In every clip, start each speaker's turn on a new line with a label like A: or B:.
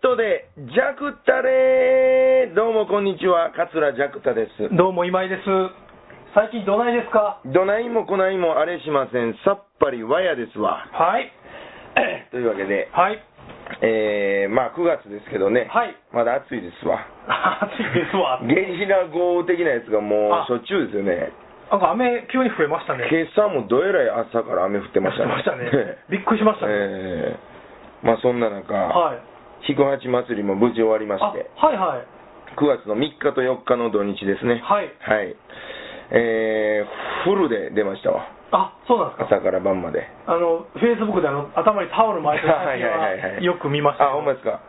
A: トで、ジャクタレーどうもこんにちは、桂ジャクタです。
B: どうも今井です。最近どないですか
A: どないもこないもあれしません、さっぱりわやですわ。
B: はい。
A: というわけで、
B: はい。
A: えー、まあ9月ですけどね、
B: はい
A: まだ暑いですわ。
B: 暑いですわ。
A: ゲリラ豪雨的なやつがもう
B: あ
A: しょっちゅうですよね。
B: なんか雨急に増えましたね。
A: 今朝もどえらい朝から雨降ってましたね。
B: ましたね。びっくりしましたね。
A: えー、まあそんな中、
B: はい。
A: 彦八祭りも無事終わりま
B: あ、
A: し
B: はい
A: て、
B: はい。
A: 9月の3日と4日の土日ですね。
B: はい
A: はい。えー、フルで出ましたわ。
B: あ、そうなんですか。
A: 朝から晩まで。
B: あの、フェイスブックであの頭にタオル巻いてる写真はよく見ました
A: あ、ほんま
B: よ。
A: ですか。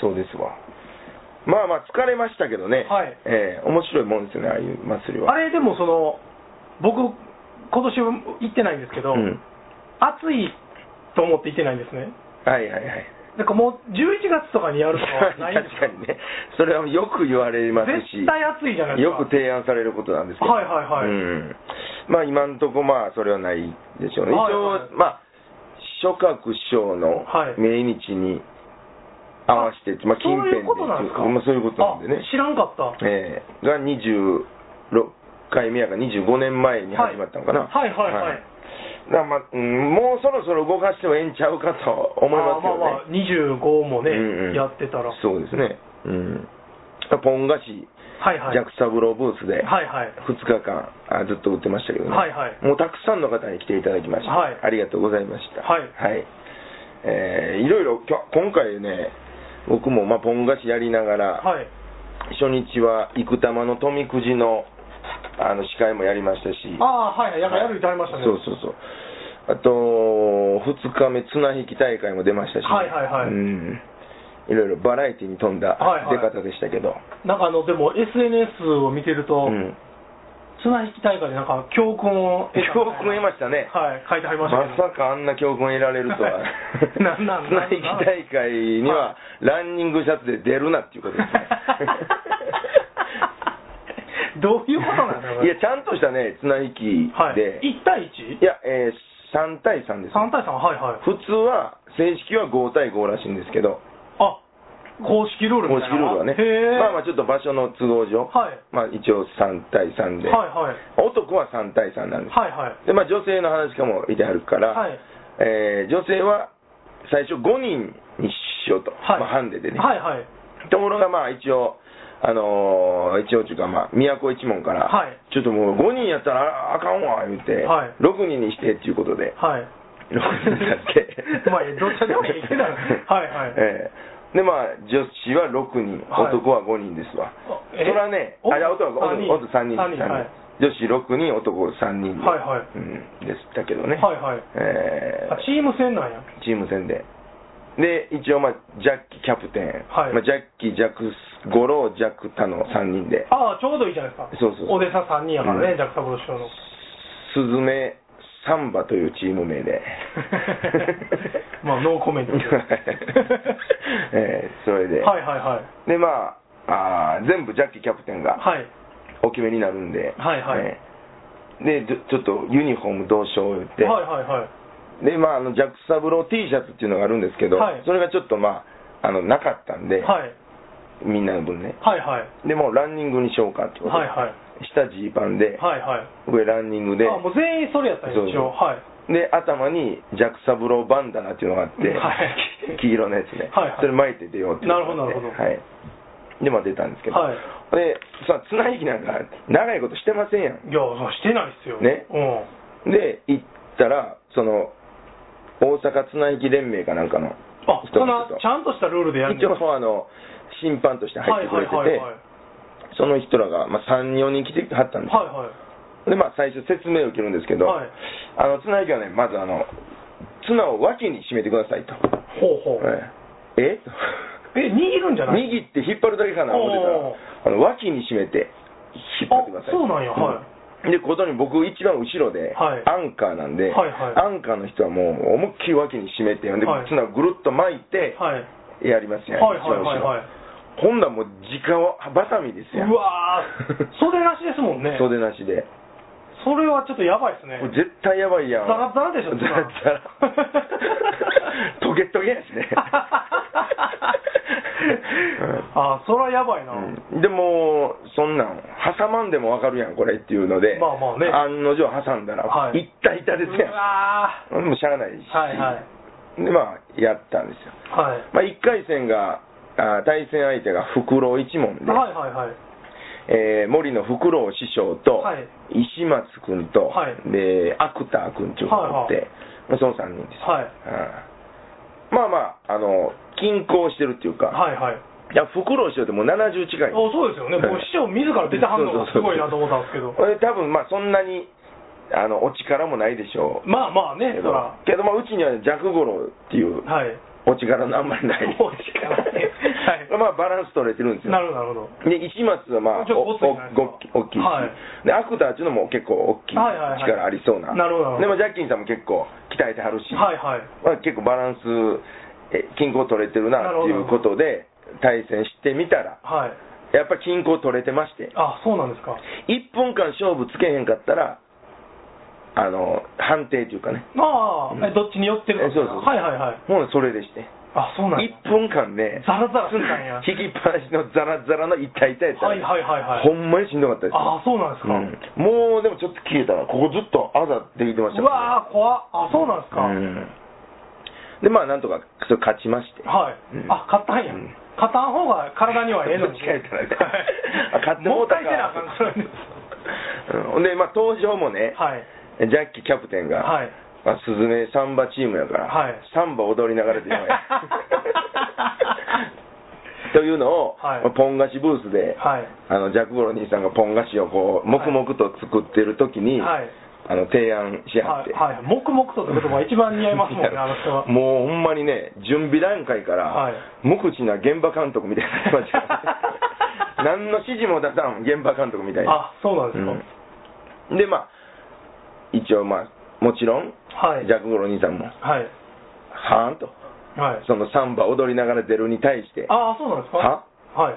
A: そうですわ。まあまあ疲れましたけどね。
B: はい
A: えー面白いもんですよね、ああいう祭り
B: あ
A: は。
B: れでもその、僕、今年行ってないんですけど、
A: うん。
B: 暑いと思って行ってないんですね。
A: はいはいはい。
B: なんかもう11月とかにやるとかはないんです
A: 確かにね。それはよく言われますし。
B: 絶対暑いじゃないです
A: よ
B: か。
A: く提案されることなんですけど、
B: はいはいはい
A: うん、まあ今んとこまあそれはないでしょうね、
B: はいはい
A: 一応、まあ、諸葛賞の
B: はい
A: 命日に合わせて、まあ、近辺
B: そういうことなんですか、
A: まあ、そういうことなんでね
B: あ、知らんかった、
A: ええが26回目やから25年前に始まったのかな、
B: はいはいはいはい
A: だからまあうんもうそろそろ動かしてもええんちゃうかと思いますけどね
B: あまあまあ25もね、
A: うんうん
B: やってたらはい
A: そうですね、うん、ポン菓子
B: はい
A: ジャックサブローブースで、
B: はいはい
A: 2日間あずっと売ってましたけどね、
B: はいはい
A: もうたくさんの方に来ていただきました、
B: はい
A: ありがとうございました、
B: はい
A: えーいろいろきょ今回ね、僕もまあポン菓子やりながら、
B: はい
A: 初日は生玉の富くじのあの司会もやりましたし、
B: ああはいはいやっぱやる言ってありましたね、
A: そうそうそう、あと2日目、綱引き大会も出ましたし、
B: はいはいはい
A: うんいろいろバラエティに富んだ
B: はいは
A: 出
B: い
A: 方でしたけど。
B: なんかあのでも SNS を見てると、
A: うん
B: 綱引き大会でなんか教訓を得たみたいな
A: 教訓得ましたね
B: はい書いてありま
A: ま
B: したけど、
A: さかあんな教訓得られるとは
B: なん なん
A: 綱引き大会には
B: は。
A: ランニングシャツで出るなっていうことですね
B: ど ういうことなんだろう
A: いや、ちゃんとしたね、綱引き
B: はい、
A: で、い、
B: 1対 1?
A: や、えー、3対3です。
B: 3対3はいはい
A: 普通は、正式は5対5らしいんですけど、
B: あ公式ルール
A: 公
B: み
A: 式
B: たい
A: ルー
B: な
A: ルはね、
B: へえ、
A: まあまあちょっと場所の都合上、
B: はい
A: まあ一応3対3で、
B: はいはい
A: 男は3対3なんです
B: はいはい
A: でまあ、女性の話かもいてはるから、
B: はい
A: えー女性は最初5人にしようと、
B: はい、
A: まあ、ハンデでね、
B: はいはい
A: ところがまあ一応、あのー一応というか、まあ、都一門から、
B: はい
A: ちょっともう5人やったらああかんわ言うて、
B: はい
A: 6人にしてっていうことで、
B: はい
A: 6人になって、
B: まあどっちでもいいけ どはいはい
A: えーでまあ、女子は6人、
B: はい
A: 男は5人ですわ、
B: あ
A: それはね、
B: お
A: あいや男は
B: 三人
A: 男男3人
B: 三人
A: 三人
B: はい
A: 女子6人、男3人で,、
B: はいはい
A: うん、でしたけどね、
B: はいはい
A: え
B: あチーム戦なんや
A: ーチーム戦で。で、一応、まあ、ジャッキーキャプテン、
B: はい
A: まあ、ジャッキー、ジャクス、五郎、ジャクタの3人で、
B: ああちょうどいいじゃないですか
A: そうそうそう
B: お弟子さん3人やからね、
A: うん
B: ジャック・サブロー師匠の。
A: スズメサンバというチーム名で
B: まあノーコメ ントで
A: えーそれで、
B: はいはいはい
A: で、まああー全部ジャッキーキャプテンが
B: はい
A: お決めになるんで、
B: はいはい
A: えーでちょちょっとユニフォームどうしよう言って、
B: はいはいはい
A: でまあ、あのジャック・サブロー T シャツっていうのがあるんですけど、
B: はい
A: それがちょっと、まあ、あのなかったんで、
B: はい
A: みんなの分ね、
B: はいはい
A: でもうランニングにしようかってこと
B: は
A: で、
B: いはい
A: 下ジーパンで、
B: はいはい
A: 上ランニングで、
B: あもう全員それやったんや
A: そう
B: 一応はい
A: で頭にジャック・サブローバンダナっていうのがあって、
B: はい
A: 黄色のやつね、
B: はいはい
A: それ巻いて出ようっていうの
B: なるほどな
A: があって
B: るほど
A: はい、で、まあ、出たんですけど、
B: はい
A: でさ綱引きなんか長いことしてませんやん
B: いやそうしてないっすよ
A: ね
B: うん
A: で行ったらその大阪綱引き連盟かなんかの
B: あそん
A: 人
B: な
A: が
B: ちゃんとしたルールでやるん
A: 一
B: です
A: 応あの審判として入ってくれてて、
B: はいはいはいはい
A: その人らが、まあ、34人来てはったんですよ、
B: はいはい
A: でまあ最初説明を受けるんですけど、
B: はい
A: あの綱引きはねまずあの綱を脇に締めてくださいと、
B: ほうほう、
A: ええ
B: え握るんじゃない
A: 握って引っ張るだけかな思ってたらあの脇に締めて引っ張ってくださ
B: あ
A: い、
B: そうなんやはい
A: でことに僕一番後ろで、
B: はい
A: アンカーなんで、
B: はいはい
A: アンカーの人はもう思いっきり脇に締めてで、
B: はい
A: 綱をぐるっと巻いて
B: はい
A: やりますね、
B: はいはいはいはい
A: 一番後ろほんならもう直はバサミですよ
B: うわー袖なしですもんね
A: 袖なしで
B: それはちょっとやばいですね
A: これ絶対やばいやん
B: ザラザラでしょ
A: ザラザラトゲトゲやし ね
B: あそれはやばいな、
A: うんでもそんなん挟まんでもわかるやんこれっていうので、
B: まあまあね
A: 案の定挟んだら、
B: はい
A: 一体痛です
B: う
A: や
B: わ
A: んもうしゃあないし、
B: ーはいはい
A: でまあやったんですよ、
B: はい
A: まあ、1回戦があー対戦相手がフクロウ一門で、
B: はいはいはい
A: えー森のフクロウ師匠と、
B: はい
A: 石松君と、
B: はい
A: でアクター君っていうのがおって、
B: はい
A: まあ、その3人ですよ、
B: はい
A: うんまあまああの均衡してるっていうか、
B: はいはい
A: いやフクロウ師匠ってもう70近い
B: おそうですよね、もう師匠自ら出てはんのがすごいなと思ったんですけど、
A: これ多分まあそんなにあのお力もないでしょう
B: まあまあね、
A: け
B: そ
A: ど
B: ら、
A: けどまあうちにはジャクゴロっていう
B: はい、
A: お力のあんまりない
B: お力ねはい
A: まあバランス取れてるんですよ
B: なるほど、なるほど、
A: で石松はまあ
B: ちょ
A: お
B: っとごついじゃないですか
A: おご大
B: はい
A: きいし、でアクターっていうのも結構大きい
B: はいはいはい
A: 力ありそうな、
B: なるほど
A: でもジャッキンさんも結構鍛えてはるし、
B: はいはい、
A: まあ、結構バランスえ均衡取れてるなっていうことで対戦してみたら
B: はい、
A: やっぱ均衡取れてまして
B: あそうなんですか、
A: 1分間勝負つけへんかったらあの判定というかね
B: まあ
A: う、ん
B: えどっちに寄ってるか
A: えそうそう
B: はいはいはい、
A: もうそれでして
B: あそうなんだ
A: 1分間ね
B: ザラザラすんだんや、
A: 引きっぱなしのザラザラの一体一体やったら
B: はいはいはいはい、
A: ほんまにしんどかったです
B: あそうなんですか、
A: うんもうでもちょっと消えたらここずっとあざできてました
B: うわー、
A: からね
B: 怖っ、あそうなんですか、
A: うんでまあなんとかそれ勝ちまして
B: はい、
A: うん
B: あ勝ったんや、
A: うん
B: 勝ったん方が体にはええのに、
A: どっちか言ったらね
B: は
A: あ
B: い
A: 勝って
B: も
A: もう
B: ったた
A: か
B: いせなあかんからね、
A: うんほんでまあ登場もね、
B: はい、
A: ジャッキーキャプテンが、
B: はい。
A: まあ、スズメサンバチームやから、
B: はい
A: サンバ踊りながらでしまえ というのを、
B: はい
A: まあポン菓子ブースで、
B: はい。
A: あのジャック・ボロ兄さんがポン菓子をこう黙々と作ってる時に、
B: はい。
A: あの提案し
B: はい
A: はって、
B: はい。黙々とって言葉が一番似合いますもんね、あの人は。
A: もうほんまにね準備段階から、
B: はい
A: 無口な現場監督みたいになってました からね何の指示も出さん現場監督みたいな
B: あ、そうなんですか。
A: うんでまあ一応まあもちろん、
B: はい。
A: ジャック・ゴロ兄さんも
B: はい。
A: はーんと
B: はい。
A: そのサンバ踊りながら出るに対して
B: ああ、そうなんですか。
A: は
B: はい。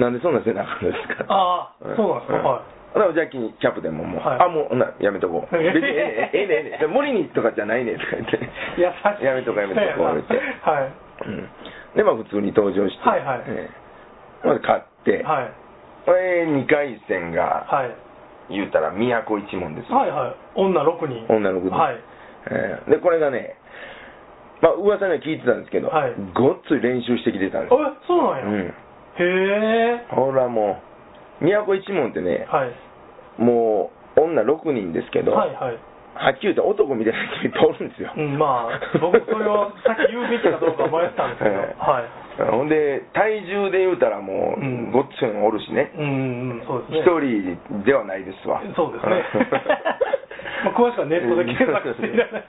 A: なんでそんなせなあかんのですか
B: ああ、そうなんですか。はい。
A: だからジャッキーキャプテンももう、
B: はい
A: あもうほんならやめとこう別にええねんええねんええねん無理にとかじゃないねんとか言って
B: 優しい。
A: やめとこうやめとこう言って、
B: はい。
A: うん、でまあ普通に登場して、
B: はいはい
A: ええまず勝って、
B: はい。
A: これ2回戦が
B: はい。
A: 言うたら都一門ですよ、
B: はいはい。女六人。
A: 女の子で,、
B: はい。
A: ええでこれがねまあ噂には聞いてたんですけど、
B: はい
A: ごっつい練習してきてたん
B: え
A: ですよ、、
B: そうなんや。
A: うん、
B: へえ。
A: ほらもう都一門ってね、
B: はい。
A: もう女6人ですけど、
B: はいはい。
A: はっきり言って男みたいな人が通るんですよ、
B: うん、まあ、僕、それをさっき言うべきかどうか迷ったんです けど、
A: ええ
B: はい。
A: ほんで体重で言うたらもう、
B: うん
A: ごっついのおるしね
B: うん、うんそうですね。
A: 一、人ではないですわ。
B: そうですねまあ詳しくはネットで検索していただい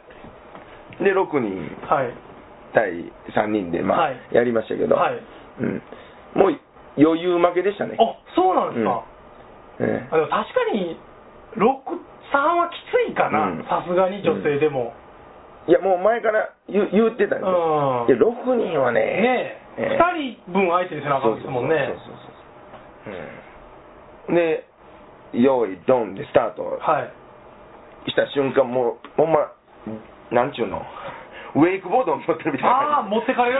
B: て。
A: で6人
B: はい。
A: 対3人で、まあ
B: はい
A: やりましたけど、
B: はい。
A: うん、もう余裕負けでしたね、
B: あ、そうなんですか。
A: ええ
B: あでも確かに、6、3はきついか
A: うん
B: な。さすがに女性でも。
A: いやもう前から言う言ってたんですよ、
B: うん。
A: いや6人はね
B: ね
A: ええ
B: え、2人分相手にせなあかんですもんね。
A: そうそうそうそう、うん、で用意ドンでスタート
B: はい。
A: した瞬間もうほんまなんちゅうのウェイクボードを持ってるみたい
B: ああ、
A: な感じ
B: 持ってかれる。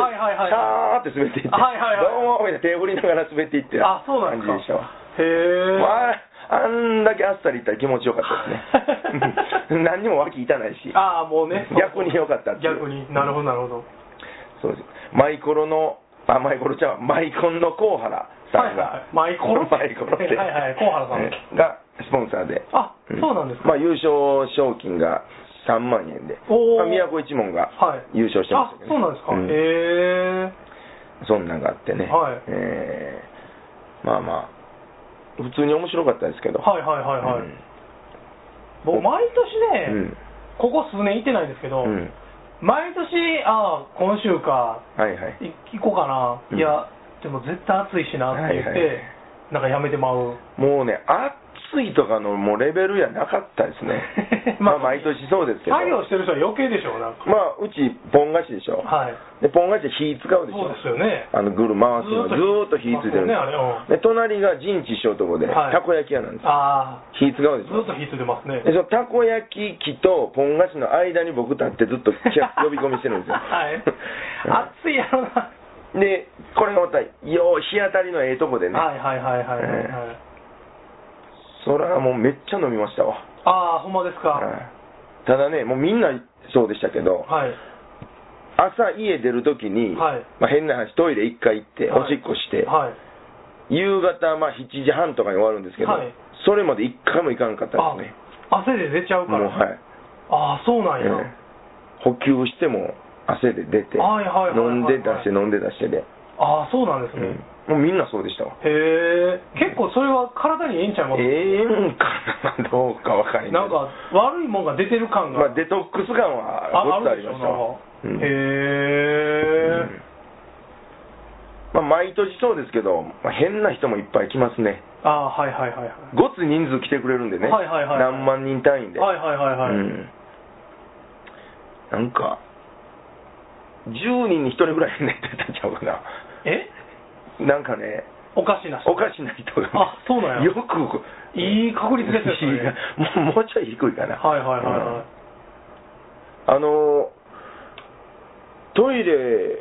B: はいはいはい。
A: さーって滑っていって、
B: はいはいはい
A: どうもみたいな手振りながら滑っていって
B: あそうなん
A: 感
B: で
A: じ
B: すか
A: でしたわ
B: へえ。
A: もうああんだけあっさりいったら気持ちよかった ですねうん何にも脇痛ないし
B: ああ、もうね。
A: 逆に良かったっていう
B: 逆に。なるほど、なるほど。
A: そうですマイコロのあマイコロちゃんマイコンのコウハラさんが、
B: はいはいマイコロ
A: マイコロって
B: はいはいコウハラさん
A: んがスポンサーで
B: あ、そうなんですか。
A: まあ、優勝賞金が3万円で、
B: おー
A: まあ、都一門が
B: はい
A: 優勝してま
B: あ
A: したけ、
B: そ
A: ど
B: う
A: ね、
B: なんですか。
A: うん
B: へえ。
A: そんなんがあってね、
B: はい
A: えーまあまあ普通に面白かったですけど
B: はいはいはいはい。
A: うん
B: 僕、毎年ね、
A: うん
B: ここ数年行ってないんですけど、
A: うん
B: 毎年、ああ、今週か、
A: はいはい
B: い行こうかな、
A: うん
B: いや、でも絶対暑いしなって言って、
A: はいはい
B: なんかやめてまう。
A: もうね、暑いとかのもうレベルやなかったですね
B: 。まあ
A: まあ、毎年そうですけど。
B: 作業してる人は余計でしょう、なんか。
A: まあ、うち、ポン菓子でしょ。
B: はい。
A: で、ポン菓子で火使うでし
B: そう
A: ょ
B: で。すよね。
A: あの、ぐる回すの。ずーっと火ついてるん
B: ね、
A: で
B: あれ。うん
A: す。で、隣が陣地師匠のとこで、
B: はい
A: たこ焼き屋なんです。
B: ああ、
A: 火使うで
B: ず
A: しょ
B: っ。と火ついてますね。
A: でそのたこ焼き器とポン菓子の間に僕立ってずっとキャ呼び込みしてるんです よ。
B: はい
A: は。
B: 暑いやろな。
A: いで、これがまた、よう日当たりのええとこでね、
B: はいはいはいはいはいはい、
A: そらもうめっちゃ飲みましたわ。
B: ああほんまですか
A: は
B: はい
A: ただね、もうみんなそうでしたけ
B: い
A: ど、朝家出るときに、
B: はい
A: まあ、変な話、トイレ一回行って、
B: はい
A: おしっこして、
B: はい
A: 夕方、まあ、7時半とかに終わるんですけど、
B: はい
A: それまで一回も行かなかったですね。
B: あ汗で出ちゃうか
A: もう
B: ら、
A: はい、
B: ああそうなん
A: え
B: や、
A: え補給しても汗で出て、
B: はいはいはいはいはい
A: 飲んで出して飲んで出してで、
B: ああそうなんです
A: う
B: ね、
A: ん、もうみんなそうでしたわ。
B: へえ結構それは体にええんちゃいます、
A: ええんかな、どうかわかり
B: なんか悪いもんが出てる感が、
A: まあ、デトックス感は
B: あ
A: ごっつあ
B: あるで
A: り
B: しょ
A: ま
B: なん
A: したわ
B: か、
A: うん
B: へえ、
A: うんまあ、毎年そうですけど、まあ、変な人もいっぱい来ますね、
B: ああはいはいはいはい
A: ごつ人数来てくれるんでね、
B: はいはいはい
A: 何万人単位で、
B: はいはいはいはい、
A: うん、なんか、10人に1人ぐらい寝てたんちゃうかな、
B: え
A: なんかね、
B: おかしな人
A: おかしな人が、
B: あそうなんや
A: よく、
B: いい確率ですよそれ
A: いや もうもうちょい低いかな、
B: はいはいはいはい、
A: あのトイレ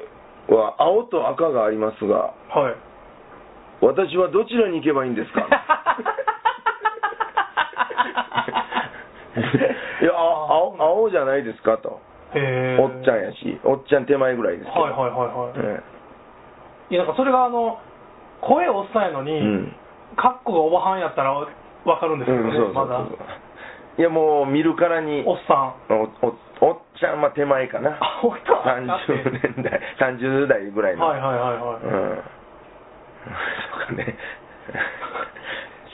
A: は青と赤がありますが、
B: はい
A: 私はどちらに行けばいいんで すかいや、あ青青じゃないですかと、
B: へえ
A: おっちゃんやし、おっちゃん手前ぐらいですけど、
B: はいはいはいはい、
A: え
B: いやなんかそれがあの声おっさんやのに、
A: えうん
B: カッコがおばはんやったらわかるんですけど
A: うん
B: ね、
A: そうそう
B: ま
A: そ
B: だ
A: ういやもう見るからに
B: おっさん
A: おおおっちゃんは手前かな
B: あおっちゃんだって
A: 30 年代30代ぐらいの、
B: はいはいはいはい、
A: うん そうかね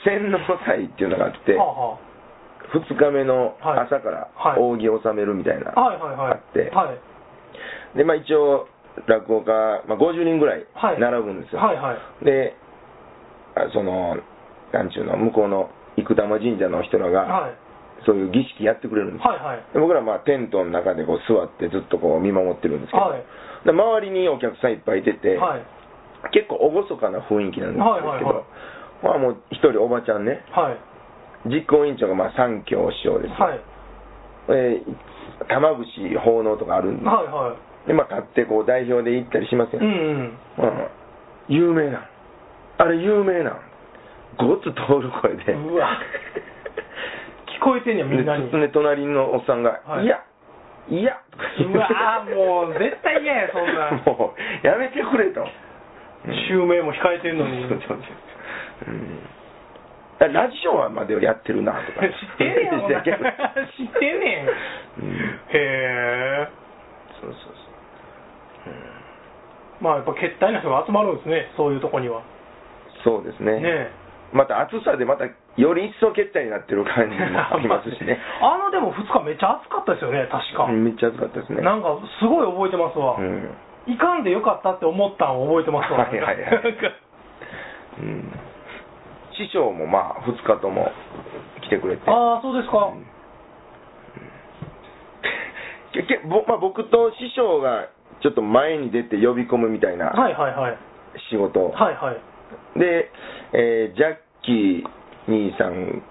A: 洗脳祭っていうのがあって
B: はあは
A: 2日目の
B: はい
A: 朝から
B: はい
A: 扇を納めるみたいな、
B: あはいはいはい
A: あって
B: はい
A: でまあ一応落語家、まあ、50人ぐらい
B: はい
A: 並ぶんですよ、
B: はいはい
A: であそのなんちゅうの向こうの生玉神社の人らが
B: はい
A: そういう儀式やってくれるんですよ
B: はいはい
A: で僕らはまあテントの中でこう座ってずっとこう見守ってるんですけど、
B: はい
A: で周りにお客さんいっぱいいてて、
B: はい
A: 結構厳かな雰囲気なんですけど、
B: はいはいはい
A: まあもう一人おばちゃんね
B: はい
A: 実行委員長がまあ三協師匠です、
B: はい
A: えー玉串奉納とかあるんで
B: はいは
A: で、まあ、立ってこう代表で行ったりします
B: い
A: よ、
B: う
A: ね
B: んうん
A: うん有名なんあれ有名なんごつ通る声で
B: うわ聞こえてんねやみんなに
A: でで隣のおっさんが「
B: はい
A: い、やいや」とか言
B: うわーもう絶対嫌やそんな
A: もうやめてくれと
B: 襲名も控えてんのに
A: そうそうそううんだラジオはまでやってるなとか
B: 知ってんねや もんな知ってんねん
A: う
B: へ
A: ん
B: え
A: そうそう
B: まあやっぱ決体な人が集まるんですねそういうとこには
A: そうそうですね
B: ねえ
A: また暑さでまたより一層欠体になってる感じもありますし ね
B: あのでも2日めっちゃ暑かったですよね確か、
A: うんめっちゃ暑かったですね
B: なんかすごい覚えてますわ、
A: うん
B: いかんでよかったって思ったんを覚えてますわ
A: はいはいはい
B: なんか
A: うん師匠もまあ2日とも来てくれて
B: ああそうですか、
A: けけぼまあ、僕と師匠がちょっと前に出て呼び込むみたいな
B: はいはいはい
A: 仕事を、
B: はいはい
A: で、えージャッキー兄さん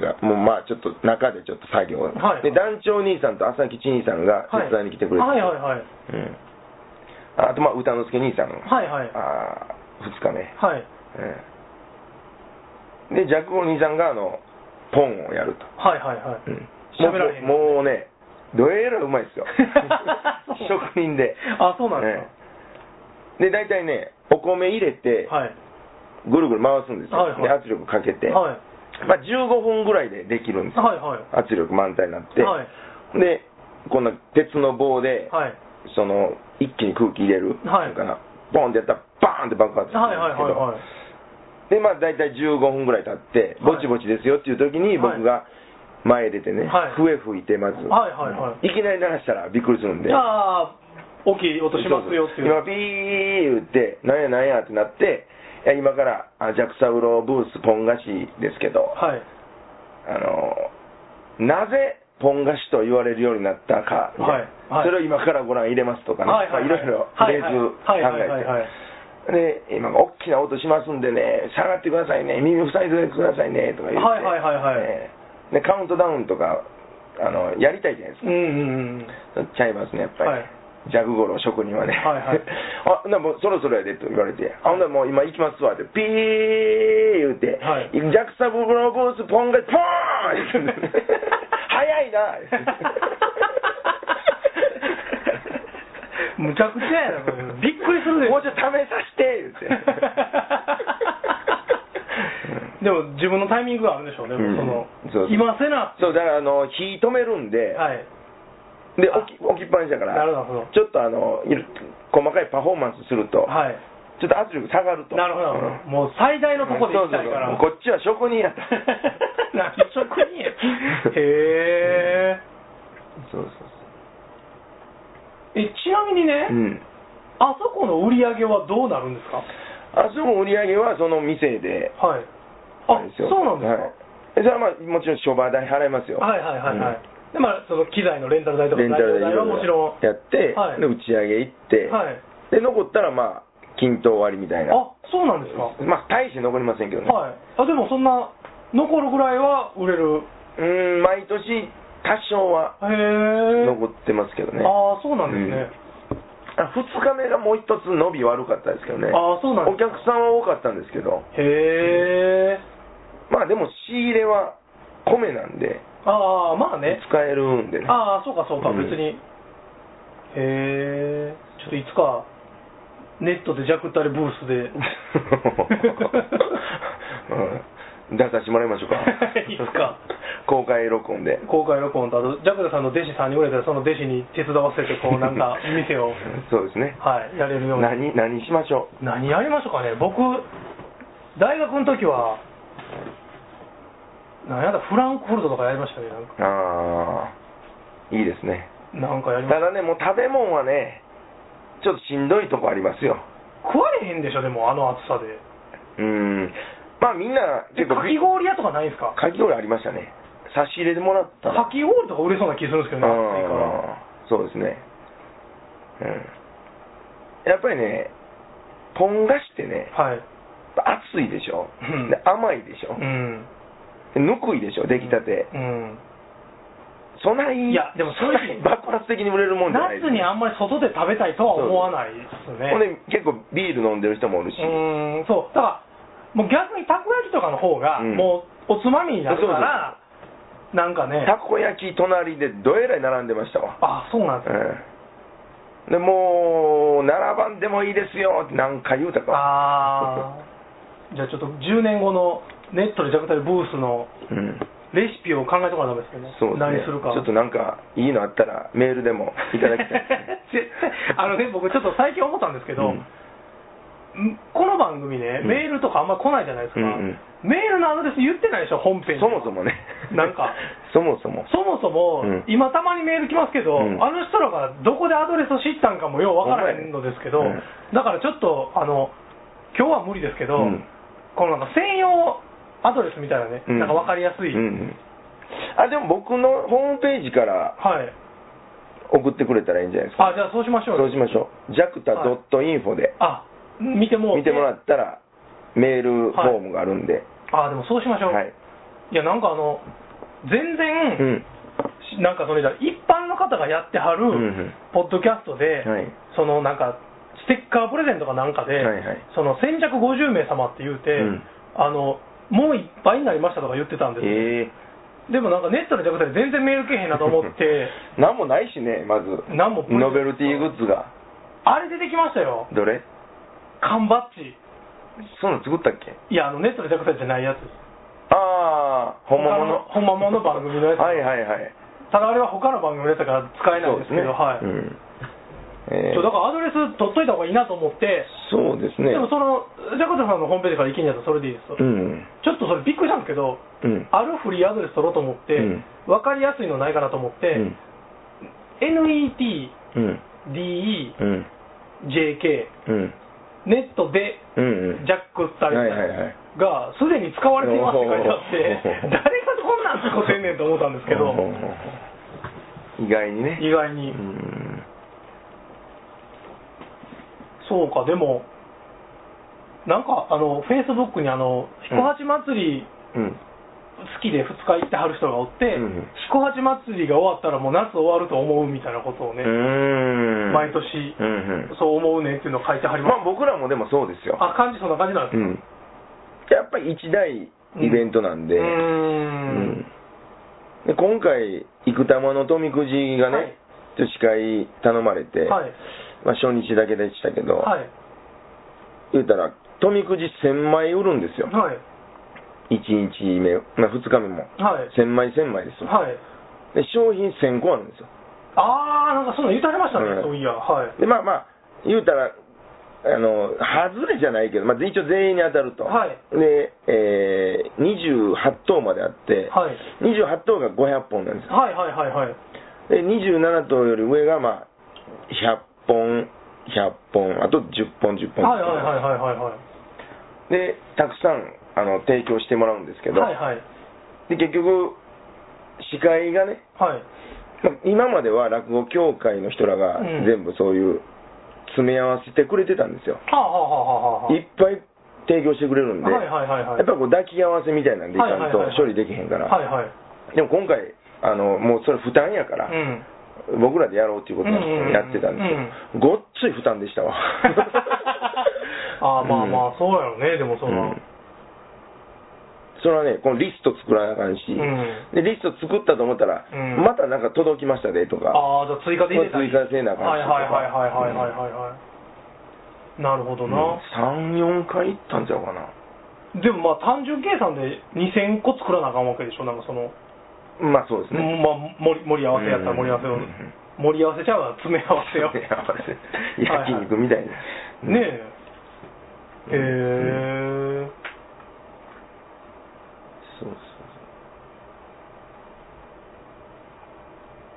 A: が、もうまあちょっと中でちょっと作業、
B: はい
A: で団長兄さんと浅吉兄さんが
B: はい
A: 手伝いに来てくれて、
B: はいはいはい
A: うん、ああとまあ歌之助兄さん、
B: はいはい
A: あ2日目、
B: はい
A: うんで、ジャックお兄さんがあのポンをやると、
B: はいはい は
A: う
B: い
A: ん
B: 喋られへん、
A: もうもうね、どえらいうまいですよ職人で。
B: あそうなんですか
A: ねで、大体ね、お米入れて、
B: はい
A: ぐるぐる回すんですよ、
B: はいはい
A: で圧力かけて、
B: はい
A: まあ、15分ぐらいでできるんですよ、
B: はいはい
A: 圧力満タンになって、
B: はい
A: でこんな鉄の棒で、
B: はい
A: その一気に空気入れる、
B: はい
A: だからボンってやったらバーンって爆発するん
B: はい
A: で
B: はい
A: すけ
B: はい
A: ど、
B: はい
A: でまあ大体15分ぐらい経って、
B: はい
A: ぼちぼちですよっていう時に
B: はい
A: 僕が前へ出てね、
B: はい
A: 笛吹いてまず、、
B: はいはいはい
A: きなり鳴らしたらびっくりするんで
B: じゃあ大きい音しますよっていう
A: そうそう今ピー言ってなんやなんやってなっていや今からあジャクサウロブースポン菓子ですけど、
B: はい。
A: あのなぜポン菓子と言われるようになったか、
B: はいはい
A: それを今からご覧入れますとかね、
B: はいはいはい
A: まあいろいろフレーズ
B: はいはい
A: 考
B: はいはいはいはい
A: えて、で今、大きな音しますんでね、下がってくださいね、耳塞いでくださいねとか言って、
B: はいはいはいはい
A: ええでカウントダウンとかあのやりたいじゃないです
B: うんうんうん。
A: か、ちゃいますね、やっぱり。
B: はい
A: ジャグゴロ職人はね、
B: はいはい
A: あなもうそろそろやでと言われて、あほんならもう今行きますわって、ピー言うて、
B: はい
A: ジャクサブロブースポンがポーン言う て早いな
B: むちゃくちゃやなこれびっくりするで
A: もうちょっと試させて言う て
B: でも自分のタイミングがあるでしょうね、
A: うん
B: その
A: そうそう
B: 今せな
A: そうだからあの火止めるんで、
B: はい
A: で
B: あ
A: 置き置きっぱなしだから
B: なるほど
A: ちょっとあのいる細かいパフォーマンスすると、
B: はい
A: ちょっと圧力下がると
B: なるほど、
A: うん
B: もう最大のとこで行きたいから
A: そうそうそうこっちは職人やった
B: 何職人やへ
A: そうそう
B: ええちなみにね、
A: そううん
B: あそこの売り上げはどうなるんです
A: あそこ売り上げはその店で
B: かはいあ
A: れですよ
B: そうなんです
A: はいえそれはまあもちろん商売代払いますよ
B: かはいはいはいはい、
A: うん
B: でまあその機材のレンタル代とか
A: レンタルで
B: 材
A: い
B: 料代は
A: ろ
B: もち
A: い
B: ろん
A: ろやって、
B: はい
A: で打ち上げ行って、
B: はい
A: で残ったらまあ均等割りみたいな
B: あそうなんですか
A: まあ大して残りませんけどね、
B: はい、あでもそんな残るぐらいは売れる
A: うーん毎年多少は
B: へえ、
A: 残ってますけどね、
B: ああそうなんですね、
A: あ2日目がもう一つ伸び悪かったですけどね
B: あーそうなん
A: お
B: です
A: 客
B: か
A: さんは多かったんですけど
B: へえ、
A: まあでも仕入れは米なんで
B: ああまあね
A: 使えるんでね
B: ああそうかそうか、
A: うん
B: 別にへえちょっといつかネットでジャクタレブース で
A: うん出させてもらいましょうか
B: いいっすか
A: 公開録音で
B: 公開録音とあとジャクタさんの弟子3人ぐらいからその弟子に手伝わせてこうなん か店を
A: そうですね
B: はいやれるように
A: 何何しましょ
B: 何やりましょうかね僕大学の時はなんやったフランクフルトとかやりましたねなんか
A: うああいいですね
B: なんかやりま
A: た
B: した
A: だねもう食べ物はねちょっとしんどいとこありますよ
B: 食われへんでしょでもあの暑さで
A: うんまあみんな
B: え
A: 結構
B: かき氷屋とかないんですか
A: かき氷ありましたね差し入れでもらったら
B: かき氷とか売れそうな気するんですけどね暑いから
A: あーそうですねうんやっぱりねポン菓子ってね
B: はい
A: 熱いでしょ、
B: うん
A: で甘いでしょ
B: う、ん
A: でぬくいでしょ出来たて、
B: うん
A: そない
B: いやでも正
A: そ
B: 直
A: ない 爆発的に売れるもんじゃない
B: 夏にあんまり外で食べたいとは思わないです
A: ほん
B: ね
A: で結構ビール飲んでる人もおるし、
B: うんそうだからもう逆にたこ焼きとかの方が
A: うん
B: もうおつまみになるからなんかね
A: たこ焼き隣でどえらい並んでましたわ
B: あそうなんですね
A: うんでもう7番でもいいですよって何回言うたか
B: ああ、じゃあちょっと10年後のネットでジャクタルブースの
A: うん
B: レシピを考えとかなダメですけどね、
A: そうですね
B: 何するか。
A: ちょっとなんかいいのあったらメールでもいただき たいですね
B: 絶対あのね、僕、ちょっと最近思ったんですけど、
A: うん
B: んこの番組ね、
A: うん
B: メールとかあんまり来ないじゃないですか、
A: うんうん
B: メールのアドレス言ってないでしょ、本編に
A: そもそもね
B: なんか
A: そもそも
B: そもそも、
A: うん
B: 今たまにメール来ますけど、
A: うん
B: あの人らがどこでアドレスを知ったんかもようわからへんのですけど、
A: ほんまやね
B: だからちょっと、あの、今日は無理ですけど、
A: うん
B: このなんか専用アドレスみたいなね、
A: うん
B: なんかわかりやすい、
A: うんうんあでも僕のホームページから
B: はい。
A: 送ってくれたらいいんじゃないですか
B: あ、じゃあそうしましょう
A: そう
B: よ。
A: しましょう JACTA.info で
B: あ、見てもう
A: 見てもらったらメールフォームがあるんで
B: あ、でもそうしましょう。、
A: はいい
B: や、なんかあの、全
A: う
B: 然、
A: ん
B: しなんかそれじゃ一般の方がやってはる、
A: うんうん
B: ポッドキャストで、
A: はい
B: そのなんか、ステッカープレゼントかなんかで、
A: はいはい
B: その先着50名様って言うて、
A: うん
B: あの、もういっぱいになりましたとか言ってたんです、
A: ええ
B: でもなんかネットのジャブで全然メールけえへんなと思 って、
A: 何もないしねまず
B: 何も
A: ノベルティグッズが
B: あれ出てきましたよ、
A: どれ
B: 缶バッジ。
A: そんなん作ったっけ
B: いや、あのネットのジャブじゃないやつ。
A: ああ本物の
B: 他の本物の番組のやつ
A: はいはいはい
B: ただあれは他の番組のやつだから使えないんですけど、はい。
A: うんえー
B: そうだからアドレス取っといた方がいいなと思って、
A: そうですね
B: でもその、ジャコタさんのホームページから行けんやったらそれでいいですと、
A: うん
B: ちょっとそれびっくりしたんですけど、
A: うん
B: あるフリーアドレス取ろうと思って、
A: うん
B: 分かりやすいのないかなと思って、
A: うん
B: NET、
A: うん
B: DE、
A: うん
B: JK、
A: うん
B: ネットで
A: うんうん
B: ジャックされ
A: はいはいはい
B: たが、すでに使われていますって書いてあって
A: おー、
B: 誰がこんなん使ってんねんと思ったんですけど、
A: 意外にね
B: 意外に、
A: うん
B: そうか、でも、なんか、あの、フェイスブックに、あの、彦八祭り
A: うん
B: 好きで2日行ってはる人がおって
A: うんうん、
B: 彦八祭りが終わったらもう夏終わると思うみたいなことをね、
A: うん
B: 毎年、
A: うんうん
B: そう思うねんっていうのを書いてはりま
A: まあ
B: す。
A: 僕らもでもそうですよ
B: あ、感じ、そんな感じなんで
A: う
B: す
A: んやっぱり一大イベントなんで、
B: うー
A: うんん。で今回生玉の富くじがね、
B: はい
A: ちょっと司会頼まれて、
B: はい。
A: まあ初日だけでしたけど、
B: はい。
A: 言うたら富くじ1000枚売るんですよ、
B: はい。
A: 1日目、まあ、2日目も
B: はい。
A: 1000枚1000枚ですよ、
B: はい。
A: で商品1000個あるんですよ
B: あー、なんかそんなん言うてはりました
A: う
B: ね、
A: ん
B: そういや。はい。
A: でまあまあ言うたらあの外れじゃないけど、まあ、一応全員に当たると、
B: はい
A: で、えー28頭まであって、
B: はい
A: 28頭が500本なんですよ
B: はいはいはいはい。
A: で27頭より上がまあ100本100本あと10本10本
B: はいはいはいはいはいはい。
A: でたくさんあの提供してもらうんですけど、
B: はいはい。
A: で結局司会がね
B: はい。
A: まあ今までは落語協会の人らが
B: うん
A: 全部そういう詰め合わせてくれてたんですよ、
B: はあはあはあはあはあ。
A: いっぱい提供してくれるんで、
B: はいはいはいはい。
A: やっぱこう抱き合わせみたいなんでいかんと
B: はいはいはいはい
A: 処理できへんから、
B: はいはい。
A: でも今回あのもうそれ負担やから、
B: うん。
A: 僕らでやろうっていうことで
B: うんうんうん
A: やってたんですけど、ごっつい負担でしたわ
B: あーまあま
A: うん
B: あ、そうやろね、でもその。
A: うんそれはねこのリスト作らなあかんし、
B: うん
A: でリスト作ったと思ったら、
B: うん
A: またなんか届きましたでとか
B: ああ、じゃあ追加で入れたり
A: まあ追加せなあか
B: は
A: んし
B: いはいはいはいはいはいはいはい。なるほどな。
A: 34回行ったんちゃうかな
B: でもまあ単純計算で2000個作らなあかんわけでしょ、なんかその、
A: まあそうです
B: ま
A: ね、
B: あ盛り盛り合わせやったら盛り合わせを
A: うん
B: 盛
A: うんうん、
B: り合わせちゃうわ、詰め合わせよ。
A: 詰め合わせ 焼肉みたい
B: は
A: に
B: いはいねえ。へえ。
A: そう そう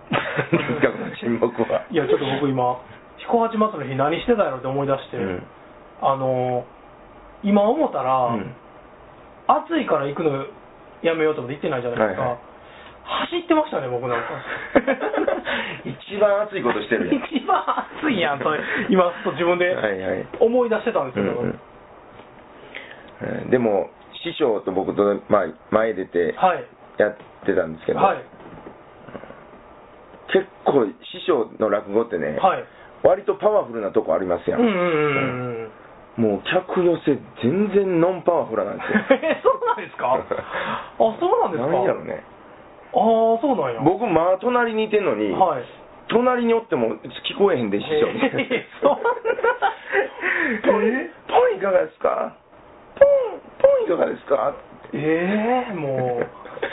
A: そう。何ですか、この沈黙は。
B: いや、ちょっと僕今、彦八松の日何してたやろって思い出して、
A: うん
B: あのー今思ったら、
A: うん
B: 暑いから行くのやめようと思って行ってないじゃないですか、
A: はいはい。
B: 走ってましたね、僕なんか
A: 一番熱いことしてるやん
B: 一番暑いやん、それ今、ちょっと自分で
A: はいはい
B: 思い出してたんです
A: う
B: け
A: ん
B: ど、
A: うんえーでも、師匠と僕と、まあ、前出て
B: はい、
A: やってたんですけど、
B: はい、
A: 結構、師匠の落語ってね、
B: はい、
A: 割とパワフルなとこありますや
B: うん
A: ん。
B: うんうんうん、
A: もう客寄せ、全然ノンパワフルなんですよ。
B: えそうなんです か、あ そうなんですか、
A: 何やろね。
B: ああ、そうなんや、
A: 僕、まあ、隣にいてんのに、
B: はい、
A: 隣におっても聞こえへんで、師匠みたいな。
B: えーそんな
A: ポン
B: え、
A: ポンいかがですかポン、ポンいかがですか
B: ええもう、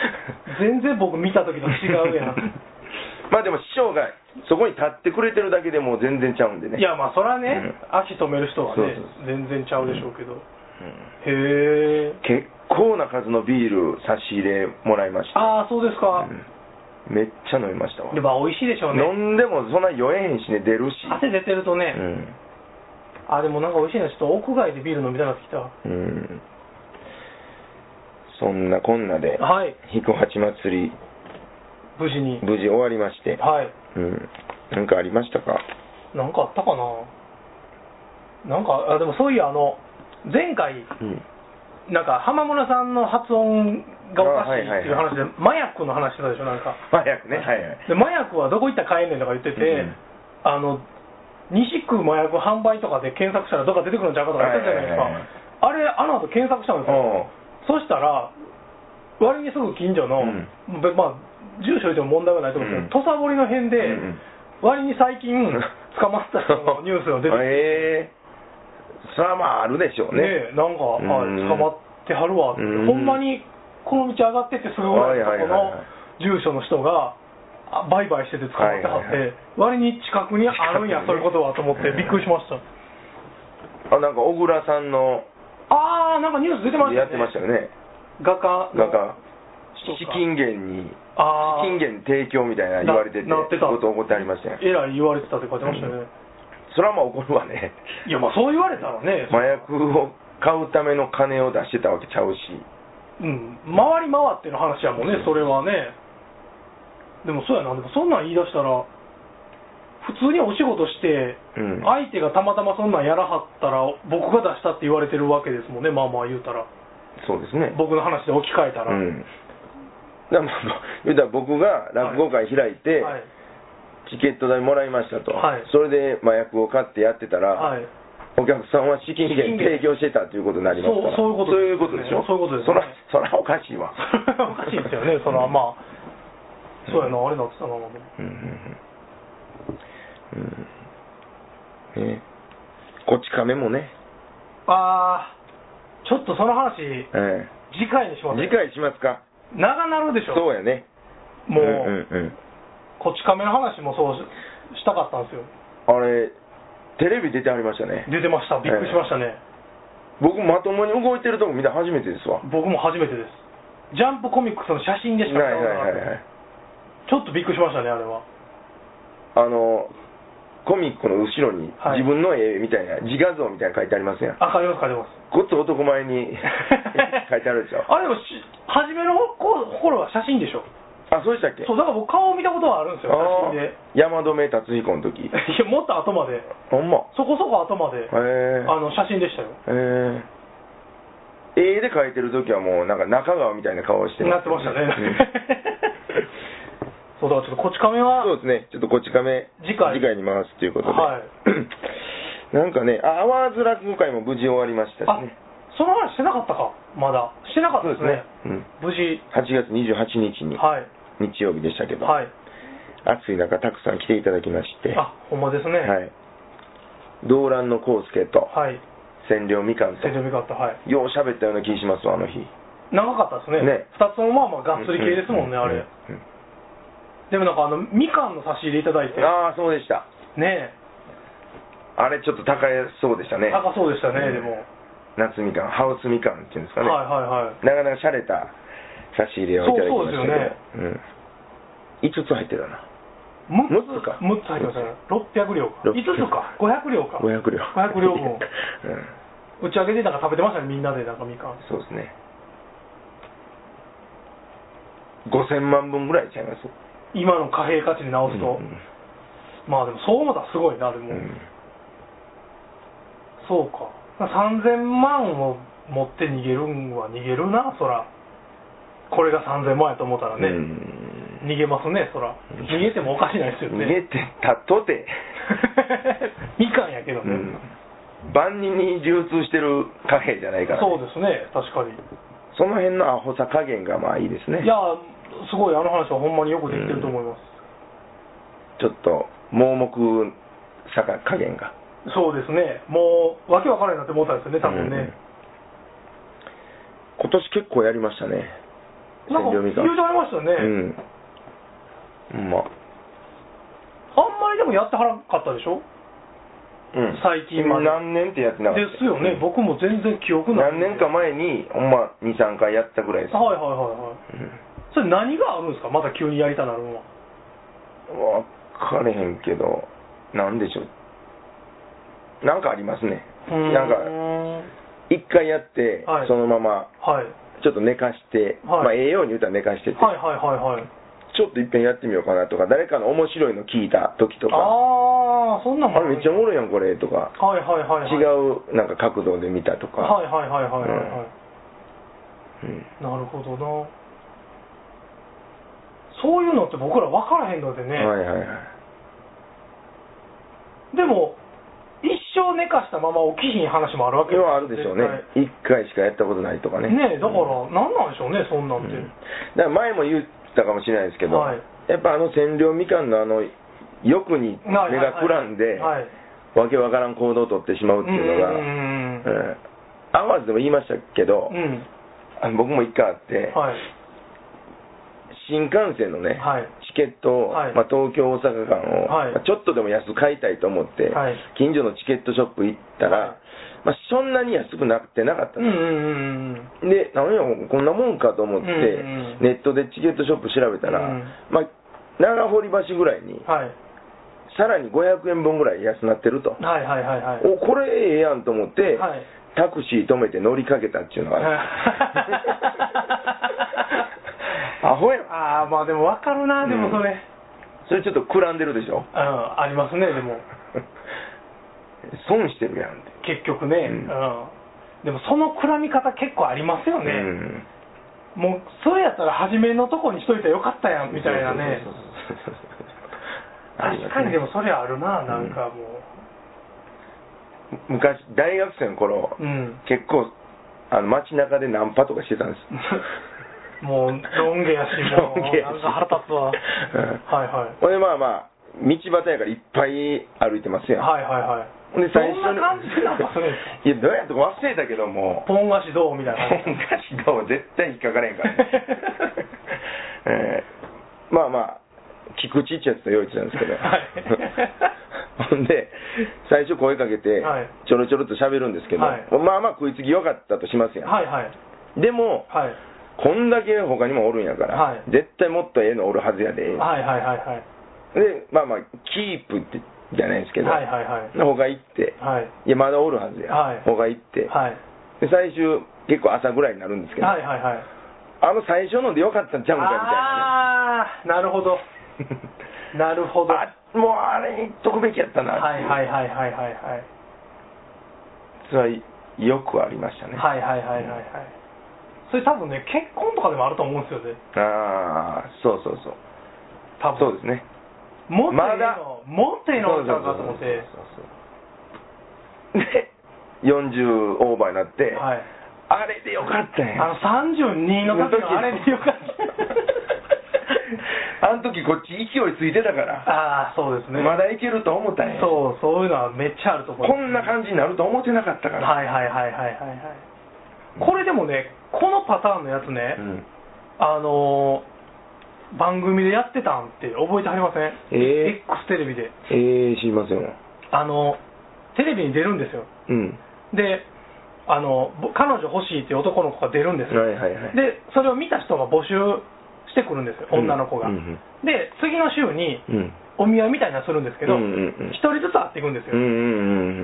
B: 全然僕見た時と違うやん。
A: まあでも師匠がそこに立ってくれてるだけでもう全然ちゃうんでね。
B: いや、まあ、それはね、
A: うん
B: 足止める人はね
A: そうそうそう
B: 全然ちゃうでしょうけど。
A: うん
B: へえ。
A: 結構な数のビール差し入れもらいました。
B: ああ、そうですか。
A: うんめっちゃ飲みましたわ。
B: でも、美味しいでしょうね。
A: 飲んでもそんな酔えへんしね、出るし。
B: 汗出てるとね、あでもなんか美味しいな、ちょっと屋外でビール飲みたくなってきた。は
A: うん。うん。そんなこんなで、
B: い、
A: 彦八祭り、
B: 無事に。
A: 無事終わりまして。
B: はい。
A: うん。なんかありましたか
B: なんかあったかな。なんか、あでもそういう、あの、前回、
A: うん。
B: なんか浜村さんの発音がおかしいっていう話で、麻薬の話してたでしょ、なんか。
A: 早くね、はいはい。
B: で麻薬はどこ行ったら買えんねんとか言ってて、
A: うん
B: あの西区麻薬販売とかで検索したらどっか出てくるんちゃうかとか言ってたじゃないですか、
A: はいはいはい
B: あれあの後検索したんですよ、
A: おう
B: そしたら割にすぐ近所の、
A: うん
B: べまあ住所以上問題はないと思うんですけど、土佐堀の辺で、
A: うんうん
B: 割に 最近捕まった人のニュースが出て
A: ええそれはまああるでしょうね。
B: ねえなんか、
A: うん
B: あ捕まってはるわって、
A: うん
B: ほんまにこの道上がってってすぐぐらいのとこ
A: はいはいはい
B: の住所の人があ売買してて捕まってはって、
A: はいはいはい
B: 割に近くにあるんや、
A: 近
B: そう
A: く
B: いう
A: にね
B: ことはと思ってびっくりしました
A: あなんか小倉さんの
B: あーなんかニュース出てましたね
A: やってましたよね。
B: 画家の
A: なんか
B: そうか
A: 資金源に
B: あー
A: 資金源提供みたいな言われてて、
B: ななってた
A: こと起こってありましたよ。
B: えらい言われてたって書いてましたね、
A: それはまあ怒るわ ね。
B: いや、まあそう言われたらね、
A: 麻薬を買うための金を出してたわけちゃうし。
B: うん、回り回っての話やもんね、それはね。でもそうやな、でもそんなん言い出したら、普通にお仕事して、
A: うん。
B: 相手がたまたまそんなんやらはったら、僕が出したって言われてるわけですもんね、まあまあ言うたら。
A: そうですね。
B: 僕の話で置き換えたら。
A: うん。だからまあ、言うたら僕が落語会開いて、
B: はい。
A: チケット代もらいましたと、
B: はい
A: それで麻薬を買ってやってたら、
B: はい。
A: お客さんは資金源
B: 資金源
A: 提供してたということになりますから
B: そうそういうこと
A: そういうことでしょ
B: そういうことです
A: そ
B: ね
A: らそらおかしいわ
B: おかしいですよね、そのまあ、そうやな、あれなってたな、
A: うんうんうんうんねこっち亀もね、
B: あー、ちょっとその話、
A: え
B: 次回にし
A: え
B: ます
A: 次回しますか
B: 長なるでしょ、
A: そうやね
B: もう、
A: んうんうん
B: こっち亀の話もそうししたかったんですよ、
A: あれテレビ出てありましたね
B: 出てました、びっくりしましたね、
A: 僕まともに動いてるとこ見たの初めてですわ
B: 僕も初めてです、ジャンプコミックスの写真でしか
A: はい
B: 見
A: はい
B: たこ
A: はい
B: とな
A: は
B: くて
A: い
B: ちょっとびっくりしましたね、あれは。
A: あのコミックの後ろに
B: はい
A: 自分の絵みたいな、自画像みたいなの書いてありますやん
B: あ、書いてます、書いてます。
A: ごっつ男前 に 書いてあるでしょ
B: あれもし初めの頃は写真でしょ
A: あそうでしたっけ
B: そうだから僕顔を見たことはあるんですよ
A: あ
B: 写
A: ー
B: 真で
A: 山留達彦の 時
B: いやもっと後まで
A: ほんま
B: そこそこ後まで
A: へえ
B: あの写真でしたよ
A: へえ絵で描いてる時はもうなんか中川みたいな顔して
B: なってましたね
A: うん
B: そうだからちょっとこち亀は
A: そうですねちょっとこち亀
B: 次回
A: に回すということで、
B: はい
A: なんかねあアワーズ落語会も無事終わりました
B: あ
A: しね
B: その話してなかったかまだしてなかったですね
A: そうですね
B: 無事
A: 8月28日に
B: はい
A: 日曜日でしたけど、
B: はい
A: 暑い中たくさん来ていただきまして
B: あほんまですね
A: はい動乱の康介と
B: はい
A: 千両みかんと
B: テレビがあったはい
A: よう喋ったような気しますわあの日
B: 長かったです
A: ね
B: ね2つもまあまあがっつり系ですもんね
A: う
B: あ
A: う
B: れ
A: うん
B: でもなんかあのみかんの差し入れいただいて
A: ああそうでした
B: ね
A: あれちょっと高いそうでしたね
B: 高そうでした
A: う
B: ね
A: ん
B: でも
A: 夏みかんハウスみかんっていうんですかね、
B: はいはいはい
A: なかなか洒落た差し入れをいただきましたけど
B: そう
A: うん、5つ入ってたな
B: 6つ
A: 六つか
B: 6つ入ってますね600両か
A: 六
B: 5つか500両か
A: 500両
B: 500両分
A: うん
B: 打ち上げでなんか食べてましたねみんなでなんかみかん
A: そうですね5000万分ぐらいちゃいます
B: 今の貨幣価値に直すと、
A: うん
B: まあでもそう思ったらすごいなでも、
A: うん
B: そうか3000万を持って逃げるんは逃げるなそらこれが3000万やと思ったら
A: う
B: ね、
A: ん
B: 逃げますねそら逃げてもおかしないですよ
A: 逃げ
B: ね
A: てたとて、
B: みかんやけど
A: う
B: ね、
A: ん、万人に流通してる貨幣じゃないから、
B: そうですね確かに
A: その辺のアホさ加減がまあいいですね
B: いやすごいあの話はほんまによくできてると思います、
A: ちょっと盲目さが加減が
B: そうですねもうわけわからないなって思ったんですよね多分
A: うん
B: ね、
A: 今年結構やりましたね
B: なんか
A: 千両みかん
B: 友情ありましたよね、
A: うんほんま
B: あんまりでもやってはらんかったでしょ
A: うん
B: 最近まで
A: 何年ってやってなかった
B: ですよね、
A: うん
B: 僕も全然記憶ない
A: 何年か前にほんま23回やったぐらいです、
B: はいはいはいはい
A: うん
B: それ何があるんですかまた急にやりたなるのは
A: 分かれへんけどなんでしょうなんかありますねなんか一回やって、
B: はい
A: そのまま
B: はい
A: ちょっと寝かして、
B: はい
A: まあ、ええように言うたら寝かしてて、
B: はいはいはいはい
A: ちょっといっぺんやってみようかなとか誰かの面白いの聞いた時とか
B: ああそんなん
A: あれめっちゃお
B: はい
A: もろいやんこれとか
B: はいはいはい
A: 違うなんか角度で見たとか、
B: はいはいはいはいはいはい、
A: うん
B: なるほどなそういうのって僕ら分からへんのでね、
A: はいはいはい
B: でも一生寝かしたまま起きひん話もあるわけ
A: 要はあるでしょうね1回しかやったことないとかね
B: ねえだから
A: うん
B: 何なんでしょうねそんなん
A: う
B: っ
A: ん
B: て、
A: だから前も言ったかもしれないですけど、
B: はい
A: やっぱあの千両みかんのあの欲に目
B: はいはい
A: がくらんで、
B: はい
A: わけわからん行動をとってしまうっていうのが、
B: うんうん
A: うんアワーズでも言いましたけど、
B: うんうん
A: あの僕も一回あって、
B: はい
A: 新幹線のね、
B: はい
A: チケットを、
B: はい
A: まあ、東京、大阪間を、
B: はい
A: まあちょっとでも安く買いたいと思って、
B: はい
A: 近所のチケットショップ行った
B: は
A: ら、
B: い
A: まあ、そんなに安くなってなかった
B: うん
A: の
B: うんうん
A: で、なんや、こんなもんかと思っ
B: う
A: て、
B: んうんうん
A: ネットでチケットショップ調べたら、
B: うん
A: まあ、長堀橋ぐらいに
B: はい
A: さらに500円分ぐらい安なってると、
B: はいはいはいはい。
A: おこれええやんと思って、
B: はい
A: タクシー止めて乗りかけたっていうのがあ る、アホやん
B: ああ、まあでもわかるな、でもそれ。
A: それちょっとくらんでるでしょ
B: うん、ありますね、でも。
A: 損してるやんって
B: 結局ね、
A: うん
B: うんでもそのくらみ方結構ありますよ
A: う
B: ね、
A: ん
B: もうそれやったら初めのとこにしといたらよかったやんみたいなね
A: そうそうそうそう ありま
B: 確
A: す
B: か
A: ね
B: にでもそれあるな
A: うん
B: なんかも
A: 昔大学生の頃、
B: ううん、
A: 結構あの街中でナンパとかしてたんで す
B: もうロン毛やしもう
A: ロン毛や
B: な
A: し
B: んか腹立つわ、
A: うん
B: はいはい
A: ほんでまあまあ道端やからいっぱい歩いてますよ、
B: はいはいはい
A: ほんで最初に
B: どんな感じでなんかするんですか
A: いやどうやったか忘れたけども
B: ポン菓子どうみたいな感じ
A: 本菓子どう絶対引っかかれへん から、ね えーまあまあ菊池ってやつと用意してたんですけど、
B: はい
A: ほんで最初声かけて
B: はい
A: ちょろちょろっと喋るんですけど、
B: はい
A: まあまあ食いつき良かったとしますやん、
B: はいはい
A: でも
B: はい
A: こんだけ他にもおるんやから、
B: はい
A: 絶対もっとええのおるはずやで、
B: はいはいはいはい
A: でまあまあキープってじゃないですけど、
B: はいはいはい
A: 他行って、
B: はい
A: いやまだおるはずや、
B: はい
A: 他行って、
B: はい
A: で最終結構朝ぐらいになるんですけど、
B: はいはいはい
A: あの最初のでよかったんちゃうんか
B: ああーなるほ ど
A: みたいなね
B: なるほどは
A: あもうあれに特べきやった
B: い
A: な
B: はいはいいはいはいはい
A: それはよくありましたね、
B: はいはいはいはいはいそれ多分ね結婚とかでもあると思うんですよね
A: ああそうそうそう
B: 多分
A: そうですね
B: もっと
A: まだ
B: ええのもっとええのちゃうかと思って
A: そうそうそうそうで40オーバーになって、
B: はい
A: あれでよかったんや
B: あの32の時のあれでよかっ
A: あの時こっち勢いついてたから、
B: たああそうですね
A: まだいけると思ったんや
B: そうそういうのはめっちゃあると思う
A: こんな感じになると思ってなかったから、
B: はいはいはいはいはいはいこれでもねこのパターンのやつね、
A: うん
B: あのー番組でやってたんって覚えてはりません、
A: え
B: X テレビで
A: えー、知りませんわ
B: あのテレビに出るんですよ
A: うん
B: であのぼ彼女欲しいっていう男の子が出るんですよ、
A: はいはいはい
B: でそれを見た人が募集してくるんですよ女の子が、
A: うんうん
B: で次の週に
A: うん
B: お見合いみたいなのするんですけど
A: う
B: 一、
A: んうんうん
B: 人ずつ会っていくんです
A: う
B: よ、
A: んうんう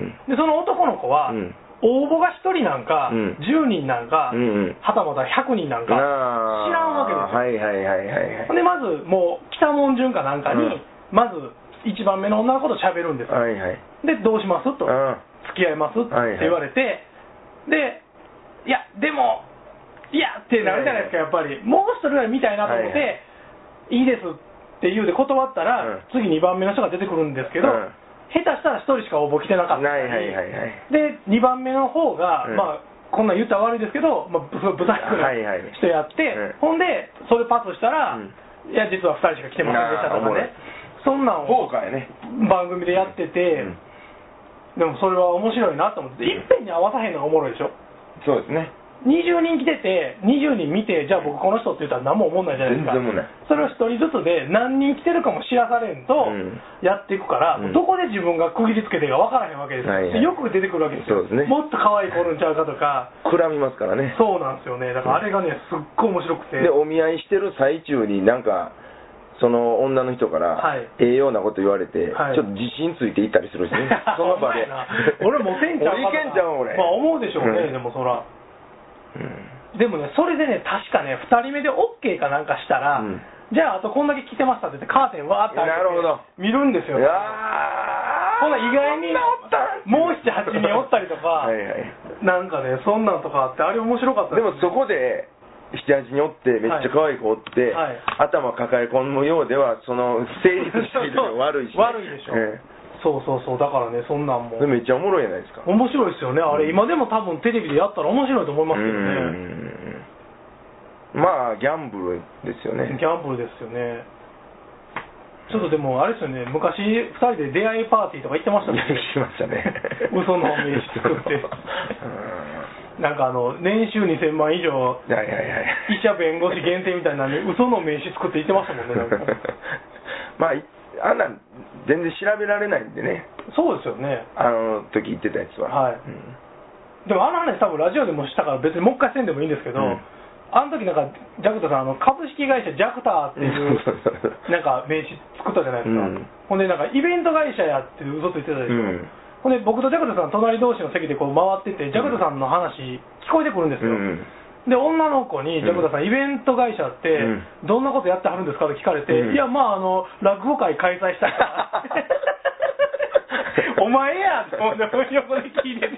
A: ん
B: でその男の子は、
A: うん
B: 応募が1人なんか、
A: うん
B: 10人なんか、
A: うんうん
B: はたまた100人なんか、
A: なあ
B: 知らんわけですよ
A: はいはいはいはいはい
B: ほんでまずもう北門順かなんかに、
A: うん
B: まず1番目の女の子と喋るんですよ、
A: はいはい
B: でどうしますと
A: あ
B: 付き合いますって
A: はいはい
B: 言われて、でいやでもいやってなるじゃないですかやっぱりもう一人ぐらい見たいなと思って、
A: はいはい
B: いい、ですって言うで断ったら、
A: うん
B: 次2番目の人が出てくるんですけど、
A: うん
B: 下手したら1人しか応募来てなかったり
A: ないはいはいはい
B: で2番目の方が、
A: うん
B: まあこんなん言ったら悪いですけど、まあ、ぶぶざっく
A: はいはい
B: りしてやって、
A: うん
B: ほんでそれパスしたら、
A: うん
B: いや実は2人しか来てませんでしたとかねそんなん
A: ポ
B: を
A: ーカーやね
B: 番組でやってて、
A: うん
B: でもそれは面白いなと思って、いっぺんに合わさへんのがおもろいでしょ、
A: そうですね
B: 20人来てて、20人見て、じゃあ僕、この人って言ったら何も思んないじゃないですか、
A: 全然思んない
B: それを1人ずつで何人来てるかも知らされんと
A: うん
B: やっていくから、
A: うん
B: どこで自分が区切りつけていいか分からへんわけですよ、
A: はいはい
B: よく出てくるわけですよ、
A: そうですね
B: もっと可愛い子おるんちゃうかとか、
A: くらみますからね
B: そうなんですよね、だからあれがね、すっごい面白くて、
A: でお見合いしてる最中になんかその女の人から、
B: はい
A: ええようなこと言われて、
B: はい
A: ちょっと自信ついていったりす るしねその場
B: ほん
A: で
B: まやな俺、モテんちゃうかとか
A: 俺いけんちゃうん俺、
B: まあ、思うでしょうね、
A: ん
B: でもそら。
A: うん
B: でもね、それでね、確かね、2人目で OK かなんかしたら、
A: うん
B: じゃあ、あとこんだけ来てましたって言って、カーテンわーって開けて
A: なるほど
B: 見るんですよ。
A: いやー
B: ほな意外に
A: こんなおったん
B: もう7 8人おったりとか
A: はいはい
B: なんかね、そんなんとかあって、あれ面白かった
A: でもそこで78人おってめっちゃ可愛い子おって、
B: はい
A: 頭抱え込むようではその成立してが悪いし、
B: 悪いでしょ、
A: え
B: そうそうそう、だからね、そんなんも
A: え。でもめっちゃおもろいじゃないですか
B: 面白いですよね、あれ、今でも多分テレビでやったら面白いと思いますけどね、
A: うんまあギャンブルですよね
B: ギャンブルですよね、ちょっとでも、あれですよね、昔、2人で出会いパーティーとか行ってましたもんね
A: しましたね
B: 嘘の名刺作 って
A: うん
B: なんかあの、年収2000万以上、
A: はいはいはい
B: 医者、弁護士限定みたいなのに、嘘の名刺作って行ってました もんね、なんか
A: まあいあんなん全然調べられないんでね
B: そうですよね。
A: あの時言ってたやつは
B: はい
A: うん
B: でもあの話多分ラジオでもしたから別にもう一回せんでもいいんですけど、
A: うん
B: あの時なんかジャクタさんあの株式会社ジャクタっていうなんか名刺作ったじゃないですか、
A: うん
B: ほんでなんかイベント会社やって嘘ついてたでしょ、
A: うん
B: ほんで僕とジャクタさん隣同士の席でこう回っててジャクタさんの話聞こえてくるんです
A: う
B: よ、
A: ん
B: で女の子に、ジャクダさん、イベント会社って、
A: う
B: どんなことやってはるんですかって聞かれて、
A: うん
B: いや、まあ、あの落語会開催したい からお前やと思って、横で聞いてて、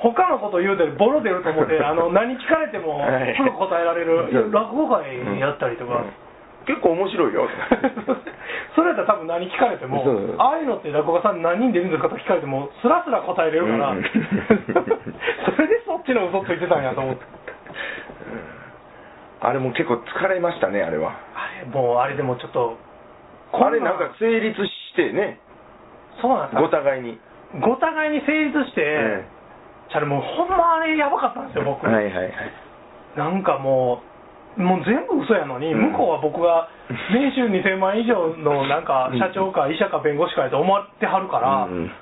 B: 他のこと言うてボロ出ると思っ て、あの何聞かれても
A: はい
B: すぐ答えられる、いや落語会やったりとか。
A: うん結構面白いよ
B: それやったら多分何聞かれても
A: そうそう
B: ああいうのって落語家さん何人出るんですかと聞かれてもスラスラ答えれるから、
A: うん
B: それでそっちの嘘ついてたんやと思って
A: あれも結構疲れましたねあれは
B: あれもうあれでもちょっとこ
A: あれなんか成立してね
B: そうなんです
A: ご
B: か
A: 互いに
B: ご互いに成立して、
A: え
B: じゃあもうほんまあれやばかったんですよ僕、
A: はいはいはい
B: なんかもうもう全部嘘やのに、
A: うん
B: 向こうは僕が年収2000万以上のなんか社長か医者か弁護士かやと思ってはるから、
A: うんうん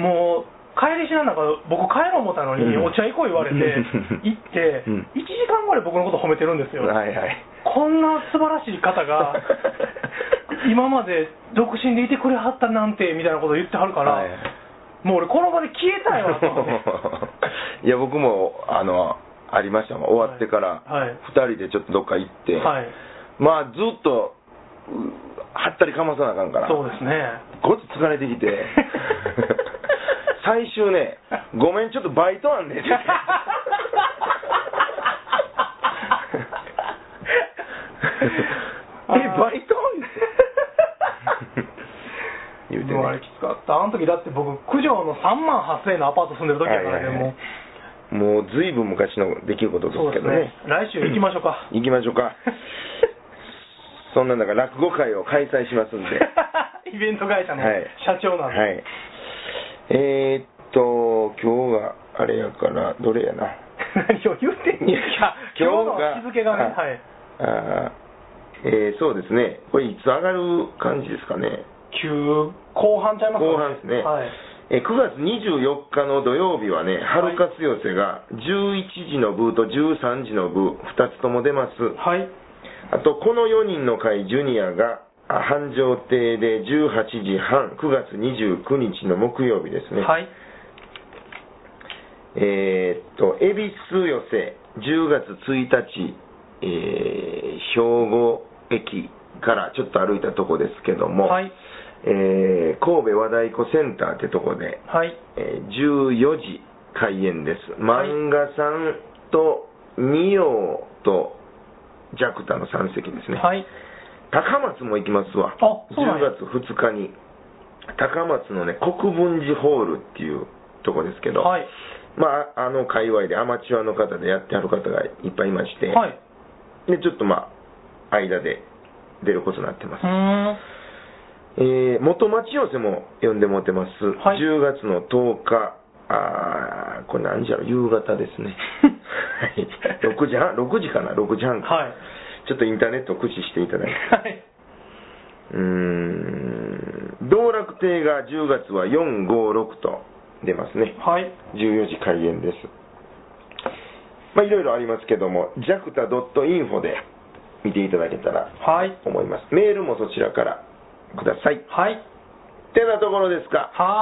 B: もう帰りしななんか僕帰ろう思ったのに、
A: うん
B: お茶行こう言われて
A: うん
B: 行って、
A: うん
B: 1時間ぐらい僕のこと褒めてるんですよ、
A: はいはい
B: こんな素晴らしい方 が今まで独身でいてくれはったなんてみたいなこと言ってはるから、
A: はいはい
B: もう俺この場で消えたい わと思って
A: いや僕もあのありましたもん終わってから
B: はいはい
A: 2人でちょっとどっか行って、
B: はい
A: まあずっとうはったりかまさなあかんから
B: そうですね
A: ごっつ疲れてきて 最終ね「ごめんちょっとバイトあ んねん」って言って
B: あー
A: えバイトあ んねん言うて
B: もうあれ
A: ね
B: きつかったあの時だって僕九条の3万8000円のアパート住んでる時やからね、
A: はいはいはい
B: もう
A: もうずいぶん昔の出来事です
B: そうで
A: け
B: す
A: ど
B: ね
A: ね
B: 来週行きましょうか
A: 行きましょうかそんな中落語会を開催しますんで
B: イベント会社の
A: はい
B: 社長なんで、
A: はいえー、っと今日があれやからどれやな
B: 何を言ってんのいや今日の日付がね
A: あ
B: はい
A: あーえーそうですねこれいつ上がる感じですかね
B: 9後半ちゃいますか
A: 後半ですね、
B: はい
A: えー9月24日の土曜日はね春活寄せが11時の部と13時の部2つとも出ます
B: はい
A: あと、この4人の会ジュニアが、あ繁盛亭で18時半、9月29日の木曜日ですね。
B: はい
A: えーっと、恵比寿寄せ、10月1日、えー兵庫駅からちょっと歩いたとこですけども、
B: はい
A: えー神戸和太鼓センターってとこで、
B: はい
A: えー14時開演です。
B: はい
A: 漫画さんと、二葉と、ジャクタの3席ですね。
B: はい
A: 高松も行きますわ
B: あそうなんや
A: 10月2日に高松のね国分寺ホールっていうとこですけど、
B: はい
A: まああの界隈でアマチュアの方でやってはる方がいっぱいいまして、
B: はい
A: でちょっとまあ間で出ることになってます
B: う、ーん
A: えー元町寄せも呼んでもってます、
B: はい
A: 10月の10日あーこれ何時やろ夕方です ねはい6時半6時かな6時半か、
B: はい
A: ちょっとインターネットを駆使していただいて
B: はい。
A: うーん道楽亭が10月は456と出ますね
B: はい。
A: 14時開演ですまあいろいろありますけども jacta.info で見ていただけたら
B: はい。
A: 思いますメールもそちらからください
B: はい。
A: てなところですか
B: はい。